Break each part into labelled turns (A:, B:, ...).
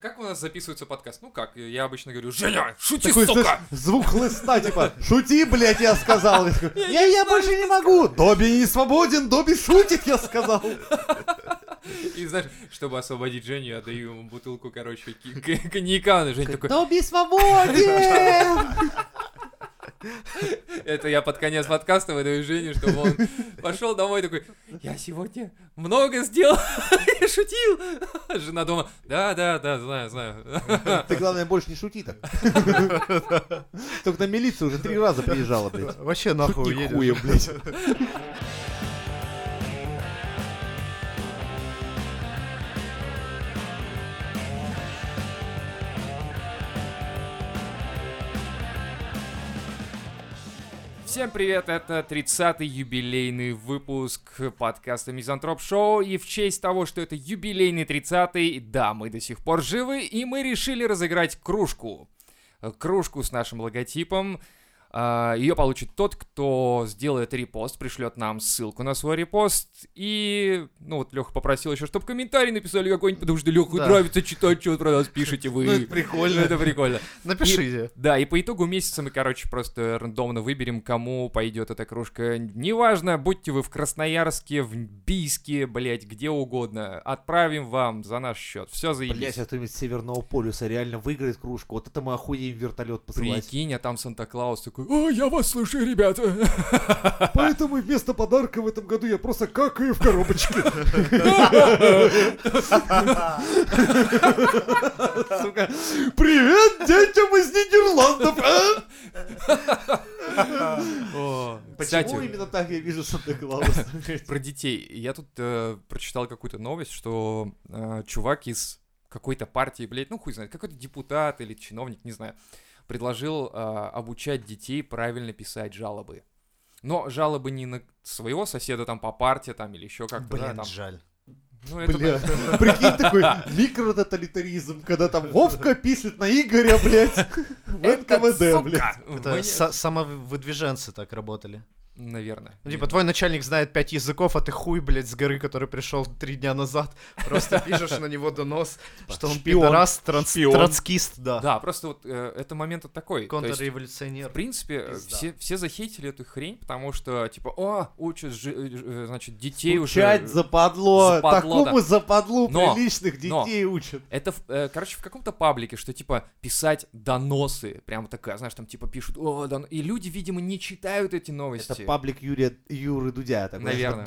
A: Как у нас записывается подкаст? Ну как, я обычно говорю, Женя, шути,
B: Такой,
A: сука!
B: знаешь, звук хлыста, типа, шути, блядь, я сказал. Я, такой, «Я- я больше не могу. Добби не свободен, Добби шутит, я сказал.
A: И знаешь, чтобы освободить Женю, я даю ему бутылку, короче, ки- к- коньяка. И Женя такой,
B: Добби свободен.
A: это я под конец подкаста выдаю Жене, чтобы он пошел домой такой, я сегодня много сделал, я шутил. Жена дома, да-да-да, знаю, знаю.
B: Ты, главное, больше не шути так. Только на милицию уже три раза приезжала, блядь.
C: Вообще нахуй
B: Шутник
C: уедешь.
B: хуем, блядь.
A: Всем привет, это 30-й юбилейный выпуск подкаста Мизантроп Шоу, и в честь того, что это юбилейный 30-й, да, мы до сих пор живы, и мы решили разыграть кружку. Э, Кружку с нашим логотипом. А, Ее получит тот, кто сделает репост, пришлет нам ссылку на свой репост. И, ну вот, Леха попросил еще, чтобы комментарий написали какой-нибудь, потому что Леха
C: Да.
A: нравится читать, что вы про нас пишете
C: Ну, это
A: вы.
C: прикольно.
A: Это прикольно.
C: Напишите.
A: Да, и по итогу месяца мы, короче, просто рандомно выберем, кому пойдет эта кружка. Неважно, будьте вы в Красноярске, в Бийске, блять, где угодно. Отправим вам за наш счет. Все
B: Блядь,
A: заебись.
B: а кто-нибудь с Северного полюса реально выиграет кружку. Вот это мы охуеем вертолет посылать.
A: Прикинь, а там Санта-Клаус такой, «О, я вас слушаю, ребята!»
B: Поэтому вместо подарка в этом году я просто какаю в коробочке. Сука. Привет детям из Нидерландов! а? Почему
A: Кстати,
B: именно так я вижу Санта-Клауса?
A: про детей. Я тут э, прочитал какую-то новость, что э, чувак из какой-то партии, блядь, ну хуй знает, какой-то депутат или чиновник, не знаю, предложил э, обучать детей правильно писать жалобы. Но жалобы не на своего соседа там по парте там или еще как-то. да,
C: Блин,
A: там.
C: жаль.
A: Ну, это
B: Бля, прикинь, такой микрототалитаризм, когда там Вовка пишет на Игоря, блядь, в НКВД,
A: сука!
B: блядь.
C: Это
A: Мне-
C: са- самовыдвиженцы так работали.
A: Наверное.
C: Ну, типа, твой начальник знает пять языков, а ты хуй, блядь, с горы, который пришел три дня назад, просто пишешь на него донос, что он
B: шпион,
C: пидорас, транс-
B: шпион.
C: троцкист, да.
A: Типа, Да, просто вот э, это момент вот такой. то есть- В
C: Контрреволюционер.
A: принципе, э,
C: Пизда.
A: все, все захейтили эту хрень, потому что, типа, о, учат, жи- э, э, значит, детей
B: Учать
A: уже...
B: западло.
A: западло, да.
B: Такому западлу
A: Но,
B: приличных детей учат.
A: Это, в- э, короче, в каком-то паблике, что, типа, писать доносы, прям такая, знаешь, там, типа, пишут, о, дон-». и люди, видимо, не читают эти новости.
B: Это паблик Юрия, Юры Дудя такой.
A: Наверное.
B: типа,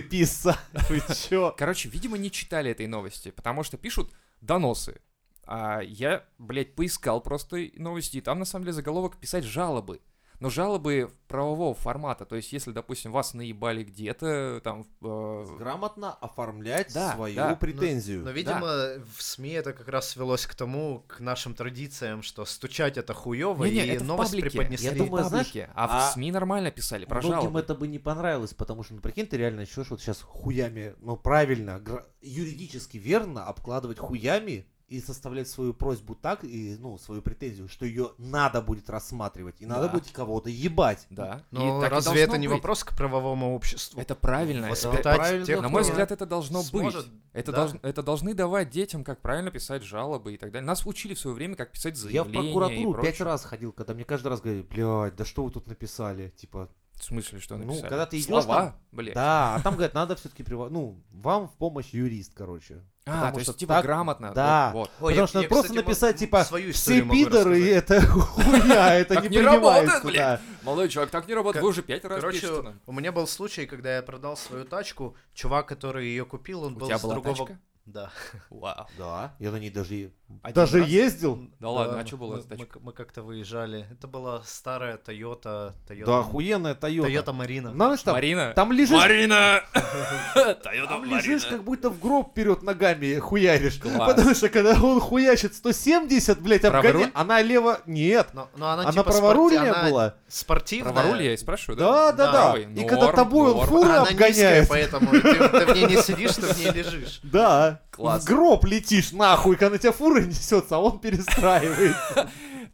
B: писать. Вы чё?
A: Короче, видимо, не читали этой новости, потому что пишут доносы. А я, блядь, поискал просто новости, и там, на самом деле, заголовок «писать жалобы». Но жалобы правового формата, то есть, если, допустим, вас наебали где-то, там... э,
B: Грамотно оформлять
A: Да,
B: свою
A: да. Ну,
B: претензию.
C: Но, видимо, в СМИ это как раз свелось к тому, к нашим традициям, что стучать это хуево,
A: Не-не,
C: и
A: это в
C: новость
A: паблике.
C: преподнесли.
B: Я думаю,
A: в
B: знаешь,
A: паблике, а,
B: а
A: в СМИ нормально писали про
B: Многим
A: жалобы.
B: это бы не понравилось, потому что, ну, прикинь, ты реально чешь вот сейчас хуями, ну, правильно, гра- юридически верно обкладывать хуями и составлять свою просьбу так, и, ну, свою претензию, что ее надо будет рассматривать, и
A: Да.
B: надо будет кого-то ебать.
A: Да.
C: Но
A: И так и
C: разве это
A: должно
C: не
A: быть.
C: вопрос к правовому обществу?
A: Это правильно.
C: Воспитать
A: Это-
B: правильно,
C: тех,
A: На мой
C: кто-
A: взгляд, это должно
C: сможет,
A: быть. Это,
C: да.
A: долж- это должны давать детям, как правильно писать жалобы и так далее. Нас учили в свое время, как писать
B: Я в
A: заявления и
B: прокуратуру
A: прочее.
B: пять раз ходил, когда мне каждый раз говорили, блядь, да что вы тут написали, типа,
A: В смысле, что
B: Ну,
A: написали?
B: когда ты идёшь
A: Слова,
B: там-
A: блядь.
B: Да, а там, говорят, надо все-таки Ну, вам в помощь юрист, короче.
A: А,
B: потому
A: то есть,
B: что
A: типа,
B: так-
A: грамотно.
B: да.
A: Вот.
B: Потому
C: Ой, я-
B: что
C: я,
B: надо просто
C: кстати,
B: написать,
C: могу-
B: типа,
C: свою
B: Все
C: историю могу
B: пидоры,
C: рассказать.
B: это хуя, это
A: Так
B: не
A: не работает,
B: принимается.
A: блядь.
B: да.
A: Молодой человек, так не работает.
C: Ко-
A: Вы уже пять раз
C: Короче,
A: пишете нам.
C: у меня был случай, когда я продал свою тачку. Чувак, который ее купил, он
A: У
C: был
A: тебя
C: с
A: была
C: другого.
A: тачка?
C: Да.
A: Вау.
B: Да, я на ней даже... и-
A: Один
B: даже
A: раз?
B: ездил?
A: Да ладно, а чё была
C: мы-
A: за тачка?
C: Мы, мы как-то выезжали. Это была старая Toyota. Toyota
B: Да, охуенная
C: Toyota
B: Тойота. Ну,
C: Marina.
B: Знаешь, там,
A: Марина.
B: там лежишь,
A: Марина! Тойота
B: там лежишь,
A: Марина.
B: как будто в гроб вперед ногами хуяришь.
A: Класс.
B: Потому что когда он хуячит 170, блядь,
A: Правый
B: обгони,
A: руль?
B: она лево... Нет,
C: Но, но она,
B: она
C: типа
B: праворульная
C: спорти- она
B: была.
C: Спортивная.
A: Про руль я и спрашиваю,
B: Да, да, да.
A: Правый.
B: И
A: Норм,
B: когда тобой он
A: норм.
B: фуры
C: Она низкая,
B: обгоняет.
C: поэтому ты, ты в ней не сидишь, ты в ней лежишь.
B: Да.
A: Класс.
B: В гроб летишь нахуй, когда на тебя фура несется, а он перестраивает.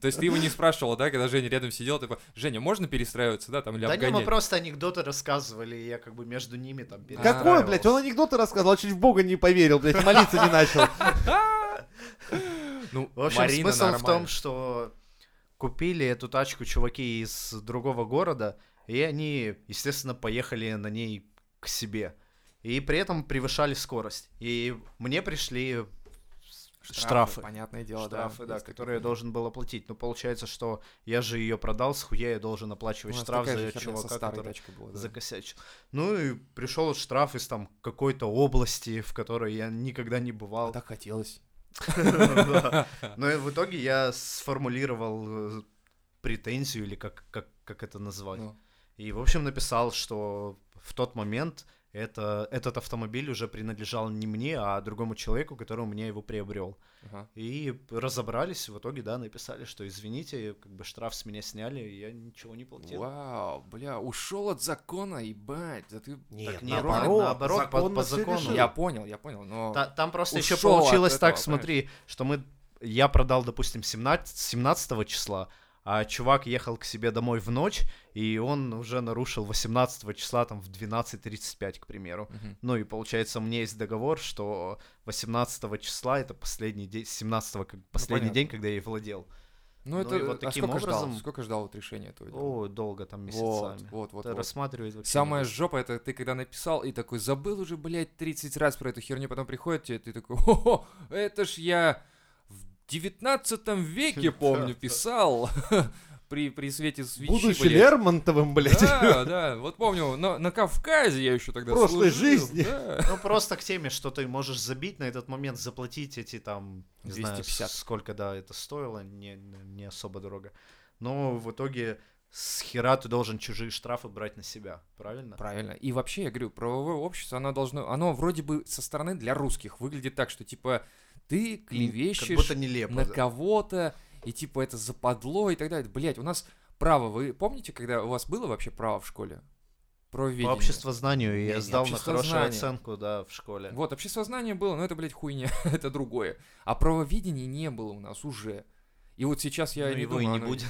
A: То есть ты его не спрашивал, да, когда Женя рядом сидел, типа, Женя, можно перестраиваться, да, там, или
C: да не, мы
A: обгонять?
C: просто анекдоты рассказывали, и я как бы между ними там
B: А, Какой, блядь? Он анекдоты рассказал, чуть в Бога не поверил, блядь, молиться не начал.
A: Ну,
C: В общем,
A: Марина
C: смысл в
A: нормально.
C: том, что купили эту тачку чуваки из другого города, и они, естественно, поехали на ней к себе. И при этом превышали скорость. И мне пришли штрафы.
A: Понятное дело,
C: штрафы, да,
A: есть
C: которые я
A: такое.
C: должен был оплатить. Но получается, что я же ее продал, с хуя я должен
A: У
C: оплачивать
A: нас
C: штраф
A: такая
C: за
A: Ну, а же херня со
C: чувака,
A: старой
C: который
A: тачкой была, да.
C: закосячил. Ну и пришел штраф из там какой-то области, в которой я никогда не бывал.
A: А так хотелось. Ну,
C: Да. Но и в итоге я сформулировал э, претензию, или как, как, как это назвать.
A: Ну.
C: И, в общем, написал, что в тот момент это, этот автомобиль уже принадлежал не мне, а другому человеку, который у меня его приобрел.
A: Ага.
C: И разобрались, в итоге, да, написали, что извините, как бы штраф с меня сняли, и я ничего не платил.
A: Вау, бля, ушел от закона, ебать. Да ты... Ну,
B: Нет,
C: нет,
B: наоборот,
C: наоборот, по-
B: закон
C: по
B: нас
C: закону.
B: решил.
A: Я понял, я понял, но...
C: Та- там просто еще
A: ушёл от
C: получилось так,
A: этого,
C: смотри, что мы... Я продал, допустим, 17, 17 числа, а чувак ехал к себе домой в ночь, и он уже нарушил 18 числа, там, в 12.35, к примеру.
A: Мгм.
C: Ну и получается, у меня есть договор, что 18 числа это последний день, 17 как последний
A: понятно.
C: день, когда я и владел.
A: Ну,
C: Ну
A: это...
C: и вот
A: а
C: таким
A: сколько ждал?
C: образом-
A: Сколько ждал вот решения этого дела?
C: О, долго
A: Вот,
C: там месяцами.
A: вот, вот,
C: Это
A: вот.
C: рассматривает вообще
A: Самая
C: не-
A: жопа, это ты когда написал и такой, забыл уже, блядь, 30 раз про эту херню, потом приходит тебе, ты такой, о, это ж я в 19 веке, помню,
C: Да, да.
A: писал при, при свете свечи,
B: Будучи
A: блядь.
B: Лермонтовым, блядь.
A: Да, да, вот помню, на, на Кавказе я еще тогда
B: В прошлой
A: служил,
B: жизни.
A: да.
C: Ну просто к теме, что ты можешь забить на этот момент, заплатить эти там, не знаю,
A: 250.
C: с- сколько, да, это стоило, не, не особо дорого. Но в итоге с хера ты должен чужие штрафы брать на себя, правильно?
A: Правильно. И вообще, я говорю, правовое общество, оно должно, оно вроде бы со стороны для русских выглядит так, что типа ты клевещешь
C: Как будто нелепо.
A: на
C: да.
A: кого-то, и типа это западло и так далее. Блять, у нас право, вы помните, когда у вас было вообще право в школе?
C: По
A: Правоведение.
C: обществознанию
A: Не,
C: я
A: не
C: сдал на
A: обществознание.
C: хорошую оценку, да, в школе.
A: Вот, обществознание было, но это, блядь, хуйня, это другое. А правоведения не было у нас уже. И вот сейчас я
C: Ну,
A: не
C: его
A: думаю,
C: и не
A: оно-
C: будет.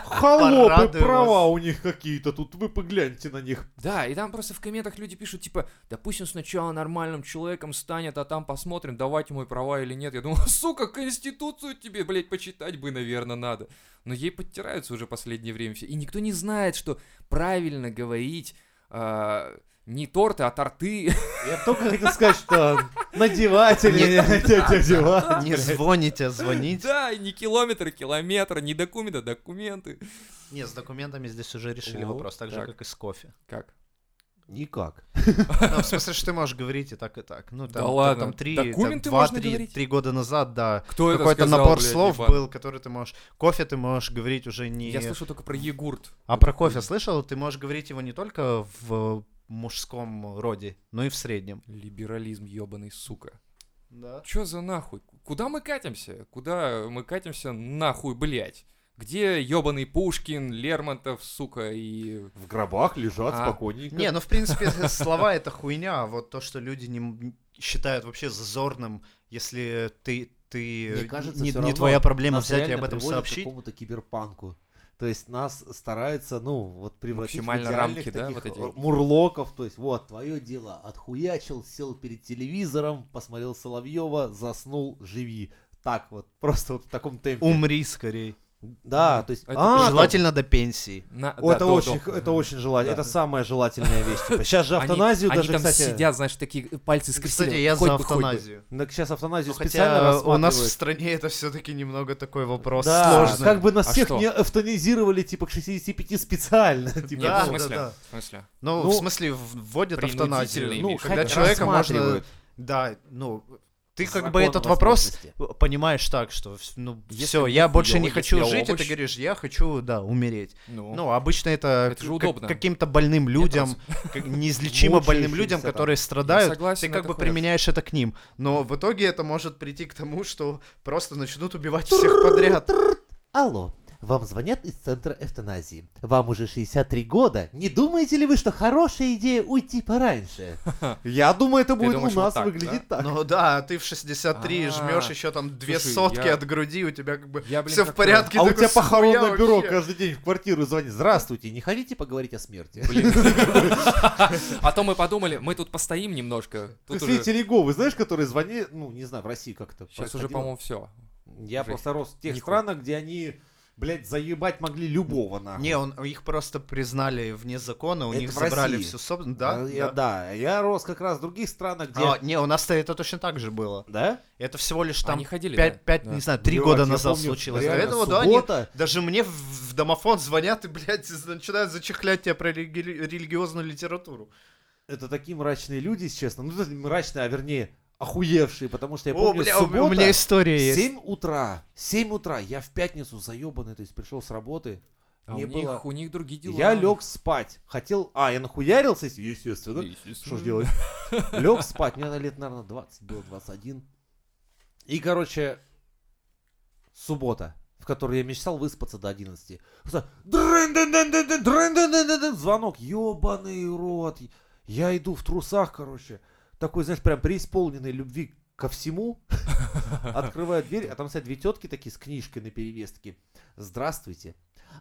B: Холопы,
C: Порадуй
B: права
C: вас.
B: у них какие-то тут, вы погляньте на них.
A: Да, и там просто в комментах люди пишут, типа, допустим, сначала нормальным человеком станет, а там посмотрим, давать ему и права или нет. Я думаю, сука, Конституцию тебе, блядь, почитать бы, наверное, надо. Но ей подтираются уже последнее время все. И никто не знает, что правильно говорить а, не торты, а торты.
B: Я только хотел сказать, что надевать или не надевать.
C: Не звоните, а звоните.
A: Да, и не километр, а километр, не документы, а документы.
C: Не, с документами здесь уже решили
B: Вот
C: вопрос, так же,
A: так.
C: как и с кофе.
A: Как?
B: Никак.
C: Ну, в смысле, что ты можешь говорить и так, и так. Ну,
A: Да
C: там,
A: ладно,
C: там три, там
A: документы
C: два,
A: можно
C: три,
A: говорить?
C: три года назад, да,
A: Кто
C: какой-то
A: сказал,
C: набор
A: блядь,
C: слов
A: ебан?
C: был, который ты можешь... Кофе ты можешь говорить уже не...
A: Я слышал только про йогурт.
C: А про кофе слышал? Ты можешь говорить его не только в мужском роде, но и в среднем.
A: Либерализм ебаный, сука.
C: Да.
A: Чё за нахуй? Куда мы катимся? Куда мы катимся нахуй, блядь? Где ёбаный Пушкин, Лермонтов, сука, и...
B: В гробах лежат
A: А.
B: спокойненько.
C: Не, ну в принципе слова это хуйня, а вот то, что люди не м- считают вообще зазорным, если ты ты
B: Мне кажется,
C: не,
B: всё
C: не
B: равно
C: твоя проблема
B: Нас
C: взять и
B: реально
C: об этом
B: приводят
C: сообщить.
B: к какому-то киберпанку. То есть нас стараются, ну, вот превратить
A: Максимально
B: в идеальных
A: рамки, да,
B: таких
A: вот эти?
B: э, мурлоков. То есть, вот, твое дело, отхуячил, сел перед телевизором, посмотрел Соловьева, заснул, живи. Так вот, просто вот в таком темпе.
C: Умри скорее.
B: Да, то есть,
A: Это
B: а, там-
C: Желательно до пенсии.
A: На-
B: О,
A: да,
B: это,
A: до-
B: очень,
A: до.
B: это очень желательно,
C: Да.
B: это самая желательная вещь. Типа, сейчас же
A: Они-
B: автоназию
A: они
B: даже,
A: там
B: кстати...
A: сидят, знаешь, такие э, пальцы скрестили.
C: Кстати, я
A: Хоть
C: за
A: бы, хоть бы.
C: автоназию.
B: Сейчас автоназию
C: Ну,
B: специально
C: Хотя у нас в
B: рассматривают.
C: стране это все-таки немного такой вопрос
B: Да,
C: сложный.
B: как бы нас
A: А
B: всех
A: что?
B: не автонизировали, типа, к 65 специально. Типа,
A: Нет,
C: Да,
A: в
B: ну,
A: смысле?
C: да.
A: В смысле?
C: Ну,
B: Ну,
C: в смысле, в- вводят
A: принудительный
C: автоназию.
A: Ну,
C: Ну,
A: механизм.
C: когда
A: хоть
C: человека можно...
B: рассматривают.
C: Да, ну, ты как
B: Закон
C: бы
B: о
C: этот вопрос
B: возможности.
C: понимаешь так, что вс- ну,
A: Если
C: все,
A: мне
C: я больше
A: хуёво,
C: не
A: если
C: хочу
A: я
C: жить, и ты
A: овощ.
C: говоришь, я хочу, да, умереть.
A: Ну,
C: Ну, обычно это,
A: Это же
C: к-
A: удобно.
C: каким-то больным людям, как- неизлечимо больным
B: Мучающимся
C: людям,
B: там.
C: которые страдают,
A: согласен,
C: ты как
A: это
C: бы
A: хуяк.
C: применяешь это к ним. Но в итоге это может прийти к тому, что просто начнут убивать всех подряд.
B: Алло, Вам звонят из центра эвтаназии. Вам уже 63 года. Не думаете ли вы, что хорошая идея уйти пораньше? Я думаю, это
A: Ты
B: будет
A: думаешь,
B: у
A: вот
B: нас
A: так,
B: выглядеть так.
C: Ну да, ты в 63
A: А.
C: жмешь еще там две
A: Слушай,
C: сотки
A: я-
C: от груди, у тебя как бы
A: Я, блин,
C: все в
A: как-то-
C: порядке.
B: А у
C: такой,
B: тебя
C: «Сука, я
B: похоронное бюро
C: вообще».
B: каждый день в квартиру звонит. Здравствуйте, не хотите поговорить о смерти?
A: Блин. А то мы подумали, мы тут постоим немножко. Тут
B: Все
A: уже-
B: эти Леговы, знаешь, которые звонили, ну, не знаю, в России как-то
A: Сейчас уже,
B: происходило.
A: по-моему, все.
B: Я
A: Жесть.
B: просто рос в тех
A: Нихуя.
B: странах, где они, блядь, заебать могли любого нахуй.
C: Не, он, их просто признали вне закона, у
B: Это
C: них
B: в
C: забрали
B: России.
C: всю собственность.
B: А,
C: Да,
B: я,
C: да.
B: да, я рос как раз в других странах, где...
C: А, не, у нас-то это точно так же было.
B: Да?
C: Это всего лишь
A: Там
C: там
A: не ходили.
C: пять,
A: да?
C: пять,
A: Да.
C: не знаю, три
B: Блядь,
C: года
B: я
C: назад
B: помню,
C: случилось.
B: реально,
C: Поэтому, да, они-
B: суббота,
C: даже мне в- в домофон звонят и, блядь, начинают зачехлять тебя про религи- религиозную литературу.
B: Это такие мрачные люди, если честно. Ну, не мрачные, а вернее, охуевшие, потому что я
C: О,
B: помню,
C: бля, у-
B: суббота,
C: у меня история есть.
B: 7 утра, 7 утра, я в пятницу заебанный, то есть пришел с работы,
A: А у
B: не
A: них-
B: было.
A: У них другие дела.
B: Я лег спать, хотел... А, я нахуярился, если- естественно. Что ж делать? Лег спать, мне наверное, лет, наверное, 20 было, 21. И, короче, суббота, в которой я мечтал выспаться до 11. Просто дрын-дын-дын-дын-дын, дрын-дын-дын-дын-дын, звонок, ебаный рот. Я иду в трусах, короче, такой, знаешь, прям преисполненный любви ко всему. Открываю дверь, а там стоят две тетки такие с книжкой на перевестке. Здравствуйте.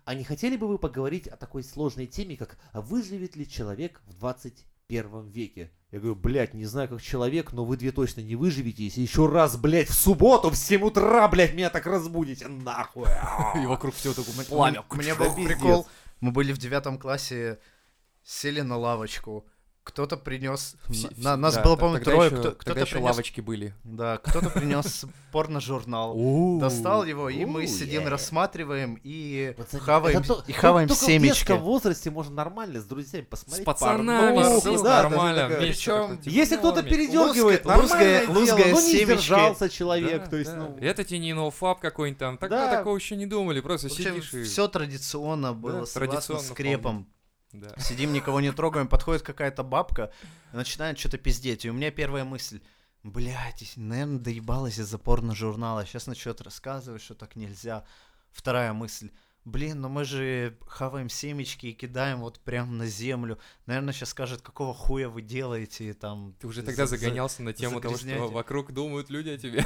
B: А не хотели бы вы поговорить о такой сложной теме, как выживет ли человек в 21 веке? Я говорю, блядь, не знаю как человек, но вы две точно не выживете, если еще раз, блядь, в субботу в 7 утра, блядь, меня так разбудите, нахуй.
A: И вокруг все такое пламя.
C: Мне
B: Да
C: был
B: пиздец.
C: прикол. Мы были в девятом классе, сели на лавочку. Кто-то принес.
A: Все-
C: на-
A: все-
C: нас
A: да,
C: было,
A: т-
C: по-моему,
A: тогда
C: трое.
A: еще-
C: кто-
A: Тогда
C: Кто-то
A: еще
C: принес.
A: лавочки были.
C: Да, кто-то принес порножурнал. Достал его, и мы
B: Оу,
C: сидим,
B: yeah.
C: рассматриваем и
B: Пацаны,
C: хаваем,
B: это то-
C: и хаваем
B: только В
C: семечки.
B: детском возрасте можно нормально с друзьями
A: С
B: посмотреть.
A: пацанами,
B: порнуху,
C: ну,
A: всё
B: да, даже
A: нормально.
B: такая-
A: вместе
C: Причём-
A: как-то, типа,
B: Если кто-то
A: нормик.
B: передергивает,
C: Лузгая- лузгая-
B: нормальное
C: лузгая
B: дело, ну не
C: семечки.
B: сдержался
A: Да,
B: человек, то есть,
A: да.
B: ну...
A: Это тебе не ноуфаб какой-нибудь там. Так,
B: Да.
A: Такого еще не думали. Просто сидишь и...
C: все традиционно было, согласно
A: традиционно
C: с крепом.
A: Да.
C: Сидим, никого не трогаем, подходит какая-то бабка, начинает что-то пиздеть. И у меня первая мысль, блядь, наверное, доебалась из-за порно-журнала, сейчас начнет рассказывать, что так нельзя. Вторая мысль, блин, ну мы же хаваем семечки и кидаем вот прям на землю. Наверное, сейчас скажет, какого хуя вы делаете и там.
A: Ты уже тогда
C: за- за-
A: загонялся на тему того, что
C: загрязняете.
A: вокруг думают люди о тебе.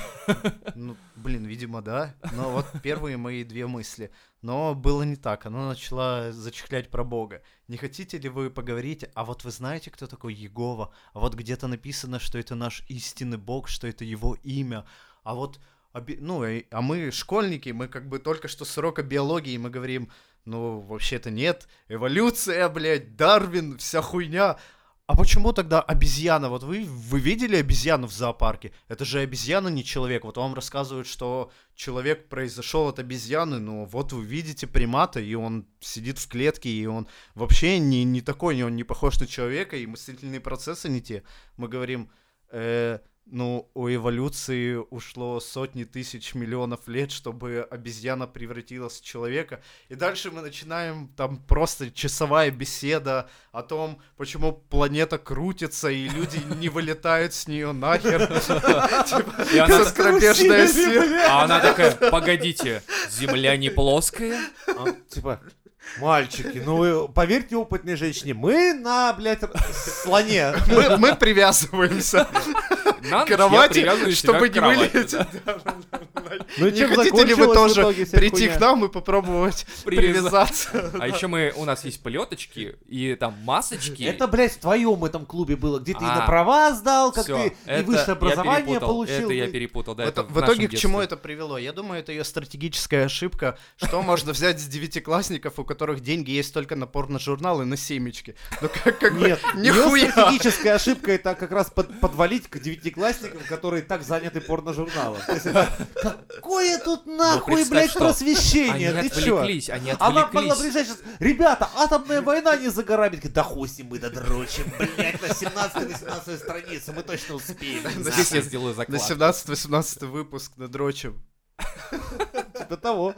C: Ну, блин, видимо, да. Но вот первые мои две мысли. Но было не так. Она начала зачехлять про Бога. Не хотите ли вы поговорить, а вот вы знаете, кто такой Егова? А вот где-то написано, что это наш истинный Бог, что это его имя. А вот, обе- ну, и- а мы школьники, мы как бы только что с урока биологии, мы говорим, ну, вообще-то нет, эволюция, блядь, Дарвин, вся хуйня. А почему тогда обезьяна? Вот вы, вы видели обезьяну в зоопарке? Это же обезьяна, не человек. Вот вам рассказывают, что человек произошел от обезьяны, но вот вы видите примата, и он сидит в клетке, и он вообще не, не такой, и он не похож на человека, и мыслительные процессы не те. Мы говорим, «Э, ну, у эволюции ушло сотни тысяч миллионов лет, чтобы обезьяна превратилась в человека. И дальше мы начинаем там просто часовая беседа о том, почему планета крутится, и люди не вылетают с нее нахер. Типа,
A: И она-
C: как крабежная
B: Скрутили,
C: сила.
B: блядь.
A: А она такая, погодите, земля не плоская?
B: А, типа, мальчики, ну вы поверьте опытной женщине, мы на, блядь, р- слоне.
C: Мы, мы привязываемся
A: На
C: к
A: ночь я
C: кровати,
A: привязываю себя
C: чтобы
A: к
C: не
A: кровати,
C: вылететь.
A: да.
B: Ну и
C: Не
B: чем
C: хотите ли вы
B: закончилась в
C: тоже
B: итоге вся
C: прийти
B: хуйня?
C: к нам и попробовать
A: Привязаться.
C: привязаться?
A: А еще мы, у нас есть плеточки и там масочки.
B: Это, блядь, в твоем этом клубе было, где ты и на
A: А.
B: права сдал, Ну, как
A: Всё,
B: ты и
A: это
B: высшее
A: я
B: образование
A: перепутал,
B: получил.
A: Это я
B: ты-
A: перепутал, да.
C: В,
A: это
C: ит-
A: в
C: в итоге
A: нашем
C: к чему
A: детстве.
C: это привело? Я думаю, это ее стратегическая ошибка, что можно взять с девятиклассников, у которых деньги есть только на порно-журналы, на семечки. Ну как, как бы,
B: Нет, ее
C: нихуя!
B: стратегическая ошибка это как раз под- подвалить к девятиклассникам, которые и так заняты порножурналом. То есть это, Какое тут нахуй,
A: представь,
B: блядь,
A: что
B: просвещение?
A: Они
B: Ты чё?
A: отвлеклись, они
B: Она А могла
A: отвлеклись.
B: приезжать сейчас, ребята, атомная война не за горами. Говорит, Да хуй с ним мы додрочим, блядь, на 17-18 странице, мы точно успеем.
A: Здесь я
B: нахуй».
A: сделаю
C: На
A: заклад.
C: 17-18 выпуск надрочим.
B: Типа того.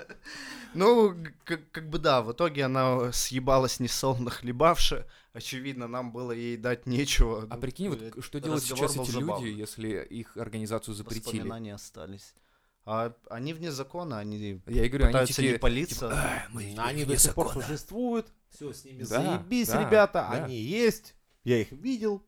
C: Ну, г- как, как бы да, в итоге она э, съебалась несолоно хлебавши. Очевидно, нам было ей дать нечего.
A: А
C: Ну,
A: прикинь, вот
C: блядь,
A: что делают
C: разговор
A: сейчас
C: был
A: эти
C: забавный.
A: люди, если их организацию запретили?
C: Воспоминания типа, остались. А они вне закона, они
A: Я и говорю, они
C: пытаются не
A: такие...
C: палиться.
A: «А, мы
B: Они до
A: вне
B: сих пор
A: закона».
B: существуют. Все, с ними
A: Да,
B: заебись,
A: да,
B: ребята.
A: да.
B: Они есть. Я их видел.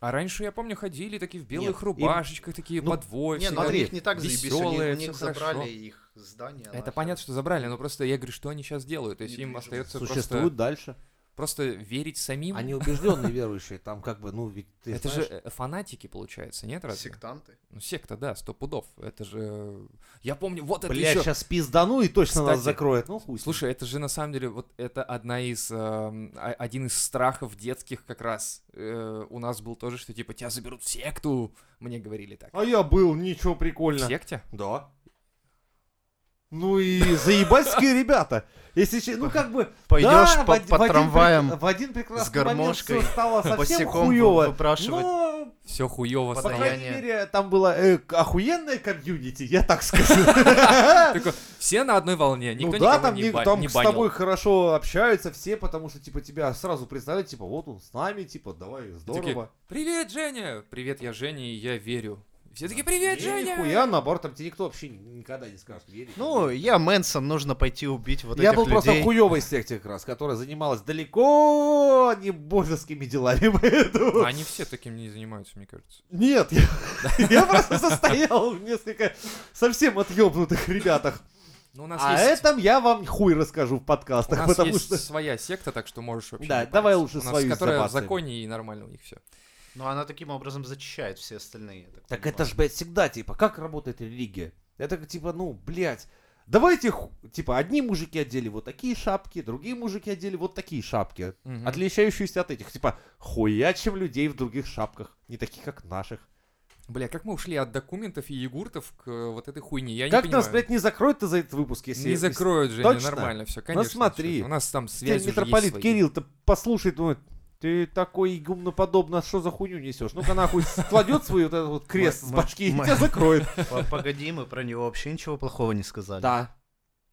A: А раньше, я помню, ходили такие в белых
B: Нет, им-
A: рубашечках, такие
B: ну,
A: под вой.
C: Не, ну
A: всегда
C: они
B: смотри,
C: их не так заебись, у них-
A: весёлые,
C: у них
A: всё хорошо.
C: забрали их здание.
A: Это
C: нахер.
A: понятно, что забрали, но просто я говорю, что они сейчас делают? То есть им
C: Недвижимость.
A: остается
B: Существуют
A: просто,
B: дальше.
A: просто верить самим.
B: Они убежденные верующие. Там как бы, ну, ведь ты
A: Это
B: знаешь,
A: же э, фанатики, получается, нет разве?
C: Сектанты.
A: Ну, секта, да, сто пудов. Это же... э, Я помню, вот это
B: Бля,
A: еще...
B: сейчас пиздану и точно нас
A: Кстати,
B: закроет. Ну, хуй. с ним.
A: Слушай, это же на самом деле вот это одна из эм, а- один из страхов детских как раз Э, у нас был тоже, что типа тебя заберут в секту, мне говорили так.
B: А я был, ничего
A: В
B: прикольно.
A: секте?
B: Да. Ну и заебальские ребята. Если че- ну как бы...
C: Пойдешь
B: да,
C: по,
B: в од-
C: по
B: в один
C: трамваям
B: прек- В один прекрасный
C: с гармошкой,
B: момент всё стало совсем
C: босиком вы-
B: хуёво.
C: выпрашивать.
A: Ну,
B: Но,
A: Все хуево
C: По
B: по
A: стоять.
B: крайней
C: Постояние.
B: мере, там было э, к- охуенное комьюнити, я так скажу.
A: Такой, все на одной волне, никто
B: Ну да,
A: никого
B: там,
A: не,
B: ни-
A: ба-
B: там
A: не
B: с
A: банил.
B: тобой хорошо общаются все, потому что типа тебя сразу представляют, типа вот он с нами, типа давай, здорово.
A: Привет, Женя! Привет, я Женя, и я верю. Все таки привет,
B: И
A: Женя!
B: Нихуя, наоборот, там тебе никто вообще никогда не скажет. верить.
C: Ну, я Мэнсон, нужно пойти убить вот
B: я
C: этих
B: был просто
C: людей.
B: в хуёвой секте как раз, которая занималась далеко не божескими делами, поэтому...
A: Ну, Они все таким не занимаются, мне кажется.
B: Нет, я, я просто состоял в несколько совсем отъебнутых ребятах.
A: Но Ну, у нас
B: А
A: есть,
B: этом я вам хуй расскажу в
A: у
B: подкастах,
A: нас
B: потому
A: есть
B: что...
A: своя секта, так что можешь вообще
B: Да,
A: не париться.
B: давай лучше
A: у нас,
B: свою
A: которая в
B: забацаем.
A: законе и нормально у них все.
C: Но Ну, она таким образом зачищает все остальные. я
B: Так
C: понимаю.
B: это ж, блядь, всегда, типа, как работает религия? Это как, типа, ну, блядь, давайте, ху- типа, одни мужики одели вот такие шапки, другие мужики одели вот такие шапки.
A: А
B: отличающуюся от этих. Типа, хуячим людей в других шапках, не таких, как наших.
A: Бля, как мы ушли от документов и ягуртов к э, вот этой хуйне? Я
B: как
A: не
B: нас,
A: понимаю.
B: блядь, не закроют-то за этот выпуск, если...
A: не закроют же,
B: Точно?
A: нормально все, конечно.
B: смотри,
A: чё, У нас там
B: если тебя
A: связь уже
B: митрополит
A: есть свои.
B: Кирилл-то послушает, думает, ты такой игумноподобно, что за хуйню несешь? Ну-ка нахуй кладет свой вот этот вот крест с
C: Мы- мы-
B: башки и
C: мы-
B: тебя закроет.
C: П- Погоди, мы про него вообще ничего плохого не сказали.
B: Да.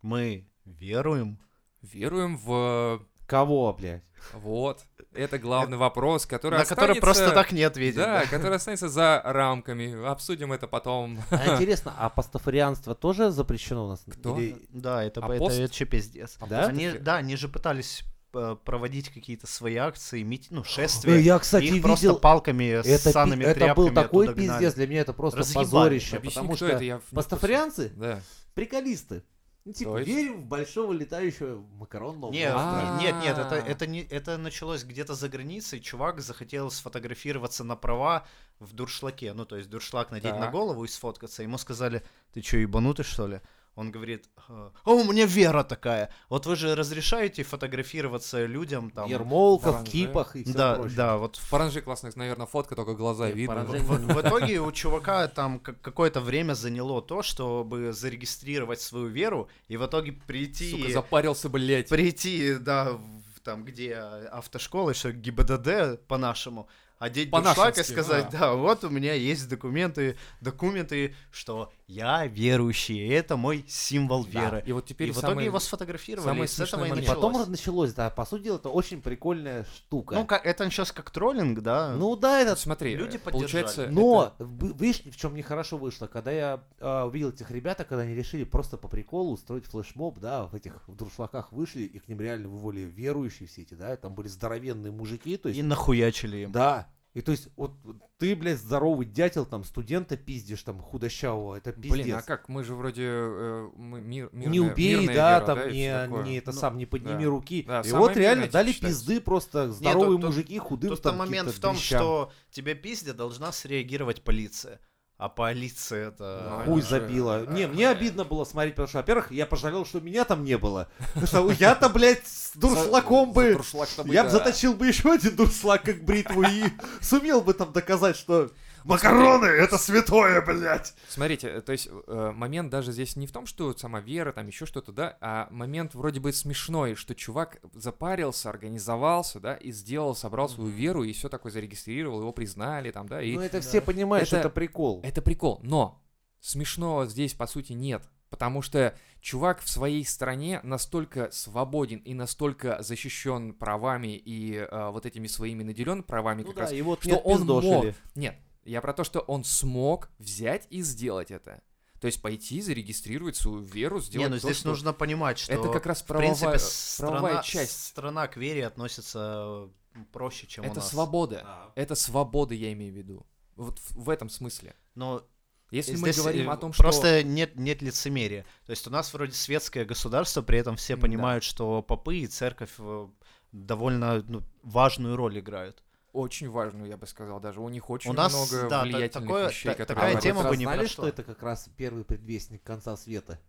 C: Мы веруем.
A: Веруем в...
B: Кого, блядь?
A: Вот. Это главный вопрос, который
C: на который
A: останется-
C: просто так не ответили.
A: Да, который останется за рамками. Обсудим это потом.
B: А интересно, а пастафарианство тоже запрещено у нас?
A: Кто?
B: Или-
C: Да, это, это,
A: Апост-
C: вообще пиздец.
B: А
A: А
B: Да?
C: Они, да, они же пытались э, проводить какие-то свои акции, мити- ну, шествия.
B: Ой, Я, кстати,
C: Их просто
B: видел...
C: палками с
B: Это, пи-
C: санами
B: это был
C: тряпками
B: такой
C: оттуда гнали.
B: пиздец, для меня это просто
C: Разъебали.
B: позорище,
A: Объясни,
B: потому
A: кто
B: что
A: это, я в- не в курсе.
B: пастафарианцы
A: Да.
B: приколисты. Ну, типа,
A: То есть?
B: верим в большого летающего макаронного
C: Нет,
A: А.
B: монстра.
C: нет, нет, это, это, не, это началось где-то за границей. Чувак захотел сфотографироваться на права в дуршлаке. Ну, то есть дуршлак надеть на
A: Так.
C: голову и сфоткаться. Ему сказали, ты что, ебанутый, что ли? Он говорит, «Э, а у меня вера такая. Вот вы же разрешаете фотографироваться людям там...
B: Ермолков,
A: Фаранже.
B: Кипах и все
C: Да,
B: прочее.
C: да, вот в-
A: Паранжи классных, наверное, фотка, только глаза
B: Нет,
A: видно.
B: паранжи-
C: в, в итоге у чувака там ка- какое-то время заняло то, чтобы зарегистрировать свою веру и в итоге прийти...
A: Сука,
C: и-
A: запарился, блядь.
C: прийти, да, в- там, где автошкола, еще ГИБДД по-нашему, одеть дуршлаг и
A: По-нашенски,
C: сказать, ну да, вот у меня есть документы, документы, что я верующий, и это мой символ веры.
A: И вот теперь
C: и в
A: самый-
C: итоге его сфотографировали,
A: самый
C: и с этого
A: смешной
C: и
A: момент.
B: И
C: началось.
B: потом началось, да, по сути дела, это очень прикольная штука.
C: Ну, как, это началось как троллинг, да?
B: Ну да, это...
A: Смотри,
C: Люди
A: э, получается...
C: поддержали.
B: Но, вы- видишь, в чем нехорошо вышло, когда я а, увидел этих ребят, когда они решили просто по приколу устроить флешмоб, да, в этих в дуршлаках вышли, и к ним реально вывели верующие все эти, да, и там были здоровенные мужики, то есть...
C: и нахуячили им.
B: Да. И то есть, вот ты, блядь, здоровый дятел, там, студента пиздишь, там, худощавого, это пиздец.
A: Блин, а как? Мы же вроде э, мы мир, мирная-
B: не убей,
A: мирная
B: да,
A: вера,
B: там,
A: да, и всё
B: не,
A: такое.
B: не это
C: Ну,
B: сам, не подними
A: да.
B: руки.
A: Да,
B: и
A: самая
B: вот реально
A: мирная
B: дали
A: типа считается.
B: пизды просто здоровые
C: тут-
B: мужики худым
C: Тут-то
B: там
C: момент
B: каким-то
C: в том,
B: дрищам.
C: что тебе пиздя должна среагировать полиция. А полиция это...
A: Ну,
B: Хуй
A: Конечно.
B: забило. Не, мне обидно было смотреть, потому что, во-первых, я пожалел, что меня там не было. Потому что я-то, блядь, с
A: За-
B: дуршлаком
A: за
B: бы...
A: дуршлаг с тобой,
B: Я бы
A: да.
B: заточил бы еще один дуршлаг, как бритву, и сумел бы там доказать,
A: Ну,
B: что макароны — это святое, блядь.
A: Смотрите, э, то есть э, момент даже здесь не в том, что сама вера, там еще что-то, да, а момент вроде бы смешной, что чувак запарился, организовался, да, и сделал, собрал свою веру, и все такое зарегистрировал, его признали, там, да, и
B: Ну, это все понимают, что
A: Это-
B: это прикол.
A: Это прикол, но смешного здесь по сути нет, потому что чувак в своей стране настолько свободен и настолько защищен правами и э, вот этими своими наделен правами
B: Ну
A: как
B: да,
A: раз.
B: его
A: что он
B: отпиздошили.
A: Нет, я про то, что он смог взять и сделать это. То есть пойти, зарегистрировать свою веру, сделать
C: Не, ну
A: то,
C: здесь
A: что-
C: нужно понимать, что
A: Это как раз
C: в принципе
A: правовая, правовая
C: страна,
A: часть.
C: страна к вере относится э, проще, чем у
A: Это
C: нас.
A: свобода. Это свобода, я имею в виду. Вот в, в этом смысле.
C: Но
A: Если
C: здесь,
A: мы говорим
C: э,
A: о том, что...
C: просто нет нет лицемерия. То есть у нас вроде светское государство, при этом все
A: М,
C: понимают, что попы и церковь э, довольно ну, важную роль играют.
A: Очень важную, я бы сказал, даже у них очень
C: У нас,
A: много
C: да, та-
A: влиятельных
C: такое-
A: вещей,
C: та-
A: которые...
C: такая
A: в
B: вы
A: этом-
C: тема
B: А хоть раз
C: бы не
B: знали,
C: прошла.
B: что это как раз первый предвестник конца света?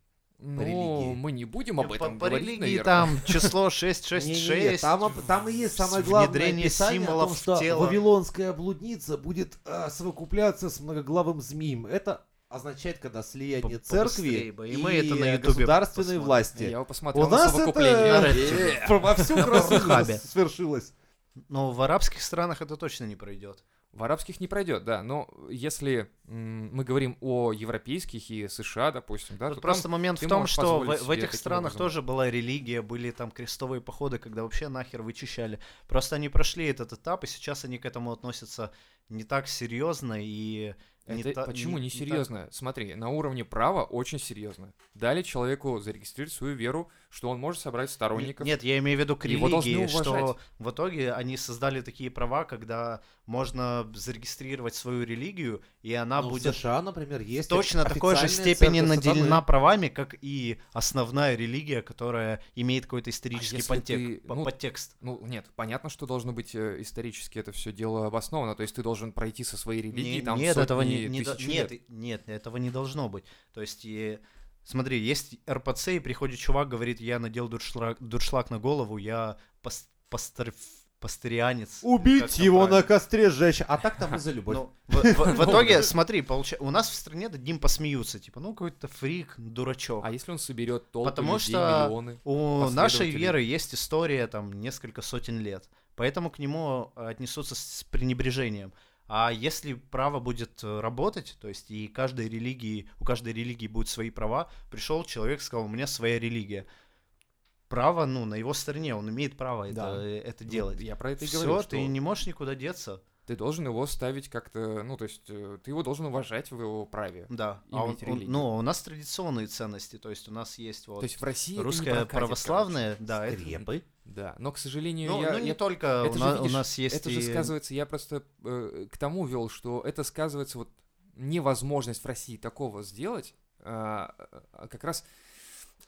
A: Ну,
B: религии.
A: мы не будем об
C: По-
A: этом
C: по,
A: говорить,
C: религии
A: наверное.
C: там число
B: Не-не-не,
C: 666.
B: Там, об- там и есть
C: с-
B: самое главное
C: внедрение
B: описание о том,
C: символов в
B: что
C: тело.
B: вавилонская блудница будет а, совокупляться с многоглавым змеем. Это означает, когда слияние
C: По-
B: церкви
C: побыстрее бы.
B: и,
C: И мы это на Ютубе
B: государственной
C: посмотрим.
A: Я
B: власти.
A: его посмотрел
B: У
A: на
B: нас
A: совокупление.
C: На
B: это
C: Reddit.
B: э, во всю красоту
C: Порнхабе.
B: свершилось.
C: Но в арабских странах это точно не пройдет.
A: В арабских не пройдет, да. Но если м, мы говорим о европейских и США, допустим, да, то
C: Тут
A: там-
C: просто момент
A: ты
C: в том,
A: можешь
C: что в,
A: позволить
C: в
A: себе
C: этих
A: таким
C: странах
A: образом.
C: тоже была религия, были там крестовые походы, когда вообще нахер вычищали. Просто они прошли этот этап, и сейчас они к этому относятся не так серьезно и не
A: Это
C: та-
A: почему не
C: не- не так-
A: серьезно? Смотри, на уровне права очень серьезно. Дали человеку зарегистрировать свою веру, что он может собрать сторонников.
C: Нет, я имею в виду к
A: Его должны
C: религии,
A: уважать.
C: что в итоге они создали такие права, когда можно зарегистрировать свою религию, и она
A: Ну,
B: Но
C: будет
B: Ну, в США, например, есть
C: точно такой же
B: официальная
C: степени
B: церковь
C: наделена
B: сатаны.
C: правами, как и основная религия, которая имеет какой-то исторический
A: А если
C: подтек-
A: ты,
C: по-
A: ну,
C: подтекст.
A: Ну, нет, понятно, что должно быть э, исторически это все дело обосновано. То есть ты должен пройти со своей религией
C: Не-
A: там
C: нет,
A: сотни
C: этого не, не до-
A: тысяч лет.
C: нет, и- нет, этого не должно быть. То есть, э, смотри, есть РПЦ, и приходит чувак, говорит, я надел дуршлаг, дуршлаг на голову, я пас- пастырь- пастырянец. Как
B: Убить
C: там
B: его
C: правильно?
B: на костре сжечь. А так там и за любовь.
C: Ну, в, в- в итоге, смотри, получа- у нас в стране над ним посмеются, типа, ну какой-то фрик, дурачок.
A: А если он соберет толпы
C: Потому
A: людей,
C: что-
A: миллионы?
C: У нашей
A: последователей.
C: веры есть история там несколько сотен лет, поэтому к нему э, отнесутся с пренебрежением. А если право будет э, работать, то есть и каждой религии, у каждой религии будут свои права, пришел человек, сказал, у меня своя религия. Право, ну, на его стороне, он имеет право это, э,
A: Да.
C: это
A: Ну,
C: делать.
A: Я про это и
C: Все,
A: говорю, что
C: ты не можешь никуда деться.
A: ты должен его ставить как-то, ну, то есть э, ты его должен уважать в его праве.
C: Да. А у-
A: Иметь
C: у-
A: религию.
C: ну, у нас традиционные ценности, то есть у нас есть вот
A: То есть в России это не
C: русская
A: прокатит,
C: православная, да, это-
B: Скрепы.
A: Да, но, к сожалению,
C: Ну,
A: я,
C: ну,
A: я-
C: не только,
A: это
C: у,
A: же,
C: на- у
A: видишь,
C: нас есть
A: это же
C: и-
A: сказывается, я просто э, к тому вел, что это сказывается вот невозможность в России такого сделать, а, а как раз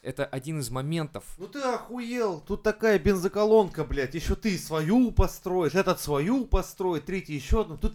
A: это один из моментов.
B: Ну ты охуел, тут такая бензоколонка, блядь, еще ты свою построишь, этот свою построит, третий еще одну. Тут,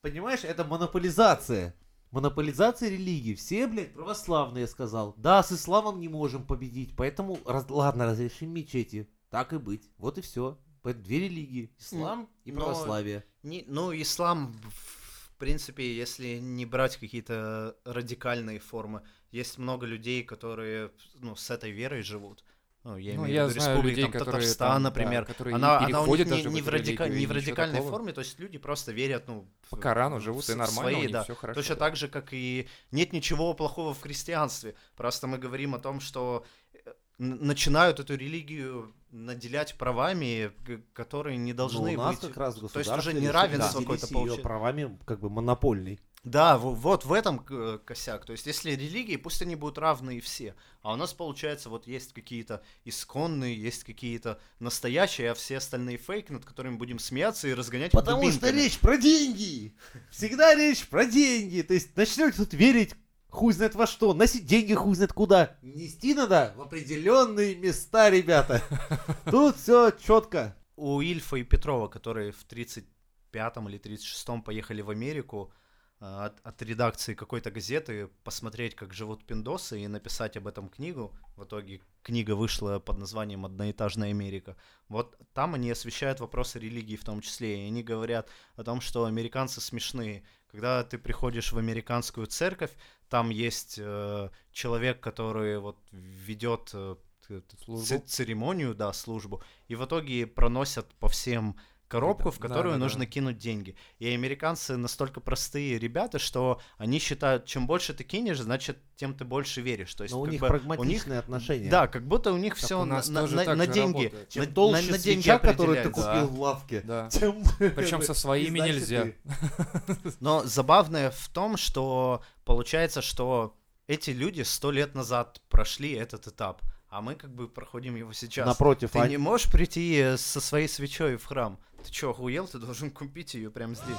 B: понимаешь, это монополизация. Монополизация религии. Все, блядь, православные, я сказал. Да, с исламом не можем победить, поэтому, раз- ладно, разрешим мечети. Так и быть. Вот и все. Две религии. Ислам и
C: Но-
B: православие.
C: Не- ну, ислам, в принципе, если не брать какие-то радикальные формы, есть много людей, которые ну, с этой верой живут. Ну, я имею
A: Ну,
C: в
A: я
C: виду
A: знаю
C: республики,
A: людей,
C: там,
A: которые
C: Татарстан,
A: там, да,
C: например.
A: которые
C: она,
A: не
C: она у
A: переходят
C: них не,
A: даже в
C: не в,
A: эту
C: радика-
A: религию,
C: не в
A: ничего
C: радикальной
A: такого.
C: форме, то есть люди просто верят, ну... в-
A: По Корану
C: в-
A: живут
C: в
A: и нормально,
C: свои,
A: у них
C: да.
A: все хорошо.
C: Точно
A: да.
C: так же, как и нет ничего плохого в христианстве. Просто мы говорим о том, что э, н- начинают эту религию наделять правами, г- которые не должны
B: Но Ну, у нас
C: быть.
B: как раз
C: есть уже
B: государство
C: неравенство
B: решило
C: какое-то
B: делить её
C: получи-
B: правами как бы монопольный.
C: Да, во- вот в этом э, косяк. То есть, если религии, пусть они будут равные все. А у нас, получается, вот есть какие-то исконные, есть какие-то настоящие, а все остальные фейк, над которыми будем смеяться и разгонять
B: Потому что
C: дубинками.
B: речь про деньги. Всегда речь про деньги. То есть начнете тут верить хуй знает во что, носить деньги хуй знает куда. Нести надо в определенные места, ребята. Тут все четко.
C: у Ильфа и Петрова, которые в 35-м или 36-м поехали в Америку э, от, от редакции какой-то газеты, посмотреть, как живут пиндосы, и написать об этом книгу. В итоге книга вышла под названием «Одноэтажная Америка». Вот там они освещают вопросы религии в том числе, и они говорят о том, что американцы смешные. Когда ты приходишь в американскую церковь, там есть э, человек, который вот ведет э, т- т-
A: Службу.
C: ц- церемонию, да, службу, и в итоге проносят по всем коробку, в
A: Да,
C: которую
A: да, да.
C: нужно кинуть деньги. И американцы настолько простые ребята, что они считают, чем больше ты кинешь, значит, тем ты больше веришь. То есть,
B: Но у
C: как
B: них
C: бы,
B: прагматичные отношения.
C: Да, как будто у них
A: Так
C: все
A: у
C: на,
A: нас
C: на-
A: тоже
C: на-
A: так
C: на
A: же
C: деньги.
A: работает.
B: Чем
C: на-
B: толще
C: на- на деньги
B: свеча, которую ты
C: определяется.
B: купил
A: Да.
B: в лавке,
A: Да.
B: тем...
A: Причем со своими
B: знаешь,
A: нельзя.
B: ты-
C: Но забавное в том, что получается, что эти люди сто лет назад прошли этот этап, а мы как бы проходим его сейчас.
B: Напротив,
C: Ты
B: они-
C: не можешь прийти э, со своей свечой в храм. Ты чё, охуел? Ты должен купить ее прямо здесь.